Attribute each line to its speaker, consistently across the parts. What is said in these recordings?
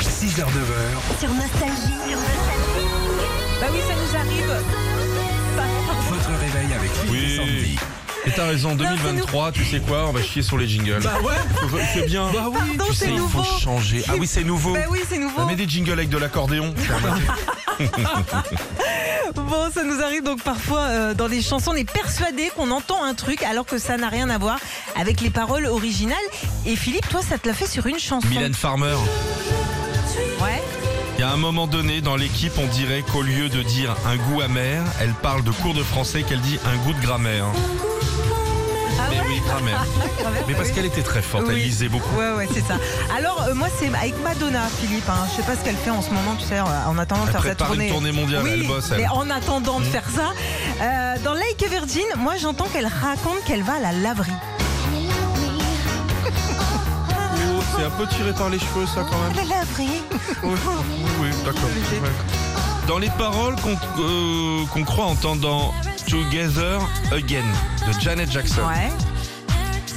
Speaker 1: 6h, 9h,
Speaker 2: Sur Nostalgie. Sur
Speaker 3: Bah oui, ça nous arrive.
Speaker 1: votre réveil avec Philippe et
Speaker 4: Oui.
Speaker 1: Sandy.
Speaker 4: Et t'as raison, 2023, tu sais quoi, on va chier sur les jingles. Bah ouais C'est bien Bah oui
Speaker 3: Pardon,
Speaker 4: Tu
Speaker 3: c'est
Speaker 4: sais, il
Speaker 3: nouveau.
Speaker 4: faut changer. Ah oui, c'est nouveau
Speaker 3: Bah oui, c'est nouveau.
Speaker 4: Bah, Mets des jingles avec de l'accordéon.
Speaker 3: Bon, ça nous arrive donc parfois euh, dans des chansons, on est persuadé qu'on entend un truc alors que ça n'a rien à voir avec les paroles originales. Et Philippe, toi, ça te l'a fait sur une chanson.
Speaker 4: Mylène Farmer,
Speaker 3: Ouais.
Speaker 4: il y a un moment donné dans l'équipe, on dirait qu'au lieu de dire un goût amer, elle parle de cours de français qu'elle dit un goût de grammaire.
Speaker 3: Ah
Speaker 4: Mais
Speaker 3: ouais
Speaker 4: oui, grammaire. Mais parce qu'elle était très forte, elle
Speaker 3: Oui.
Speaker 4: lisait beaucoup.
Speaker 3: Ouais, ouais, c'est ça. Alors, euh, moi, c'est avec Madonna, Philippe. hein. Je sais pas ce qu'elle fait en ce moment, tu sais, euh, en attendant de
Speaker 4: Elle
Speaker 3: faire sa
Speaker 4: prépare
Speaker 3: tournée.
Speaker 4: une tournée mondiale,
Speaker 3: Oui,
Speaker 4: elle bosse, elle. Mm.
Speaker 3: mais en attendant de faire ça, euh, dans Lake Virgin, moi, j'entends qu'elle raconte qu'elle va à la laverie.
Speaker 4: Oh, c'est un peu tiré par les cheveux, ça, quand même.
Speaker 3: La laverie
Speaker 4: Oui, oui, d'accord. ouais. Dans les paroles qu'on euh, qu'on croit entendre dans Together Again de Janet Jackson.
Speaker 3: Ouais,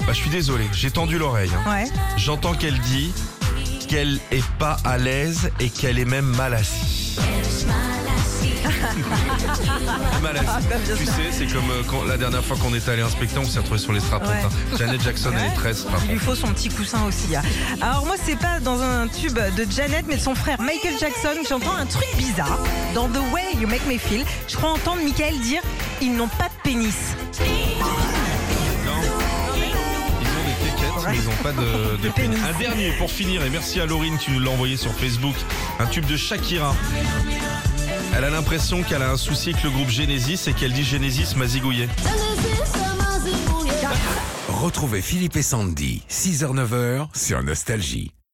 Speaker 4: Bah, je suis désolé, j'ai tendu l'oreille. hein.
Speaker 3: ouais.
Speaker 4: J'entends qu'elle dit qu'elle est pas à l'aise et qu'elle est même mal assise. mal assise. Tu sais, c'est comme euh, quand, la dernière fois qu'on était allé inspecter, on s'est retrouvé sur les strapontins. Janet Jackson et
Speaker 3: Ouais.
Speaker 4: les 13
Speaker 3: Il lui faut son petit coussin aussi. hein. Alors moi c'est pas dans un tube de Janet mais de son frère Michael Jackson que j'entends un truc bizarre dans The Way You Make Me Feel. Je crois entendre Michael dire ils n'ont pas de pénis.
Speaker 4: Ils ont des quéquettes, mais ils n'ont pas de, de pénis. Un dernier pour finir, et merci à Laurine qui nous l'a envoyé sur Facebook. Un tube de Shakira. Elle a l'impression qu'elle a un souci avec le groupe Genesis et qu'elle dit Genesis m'a zigouillé.
Speaker 1: Retrouvez Philippe et Sandy, 6h, 9h, sur Nostalgie.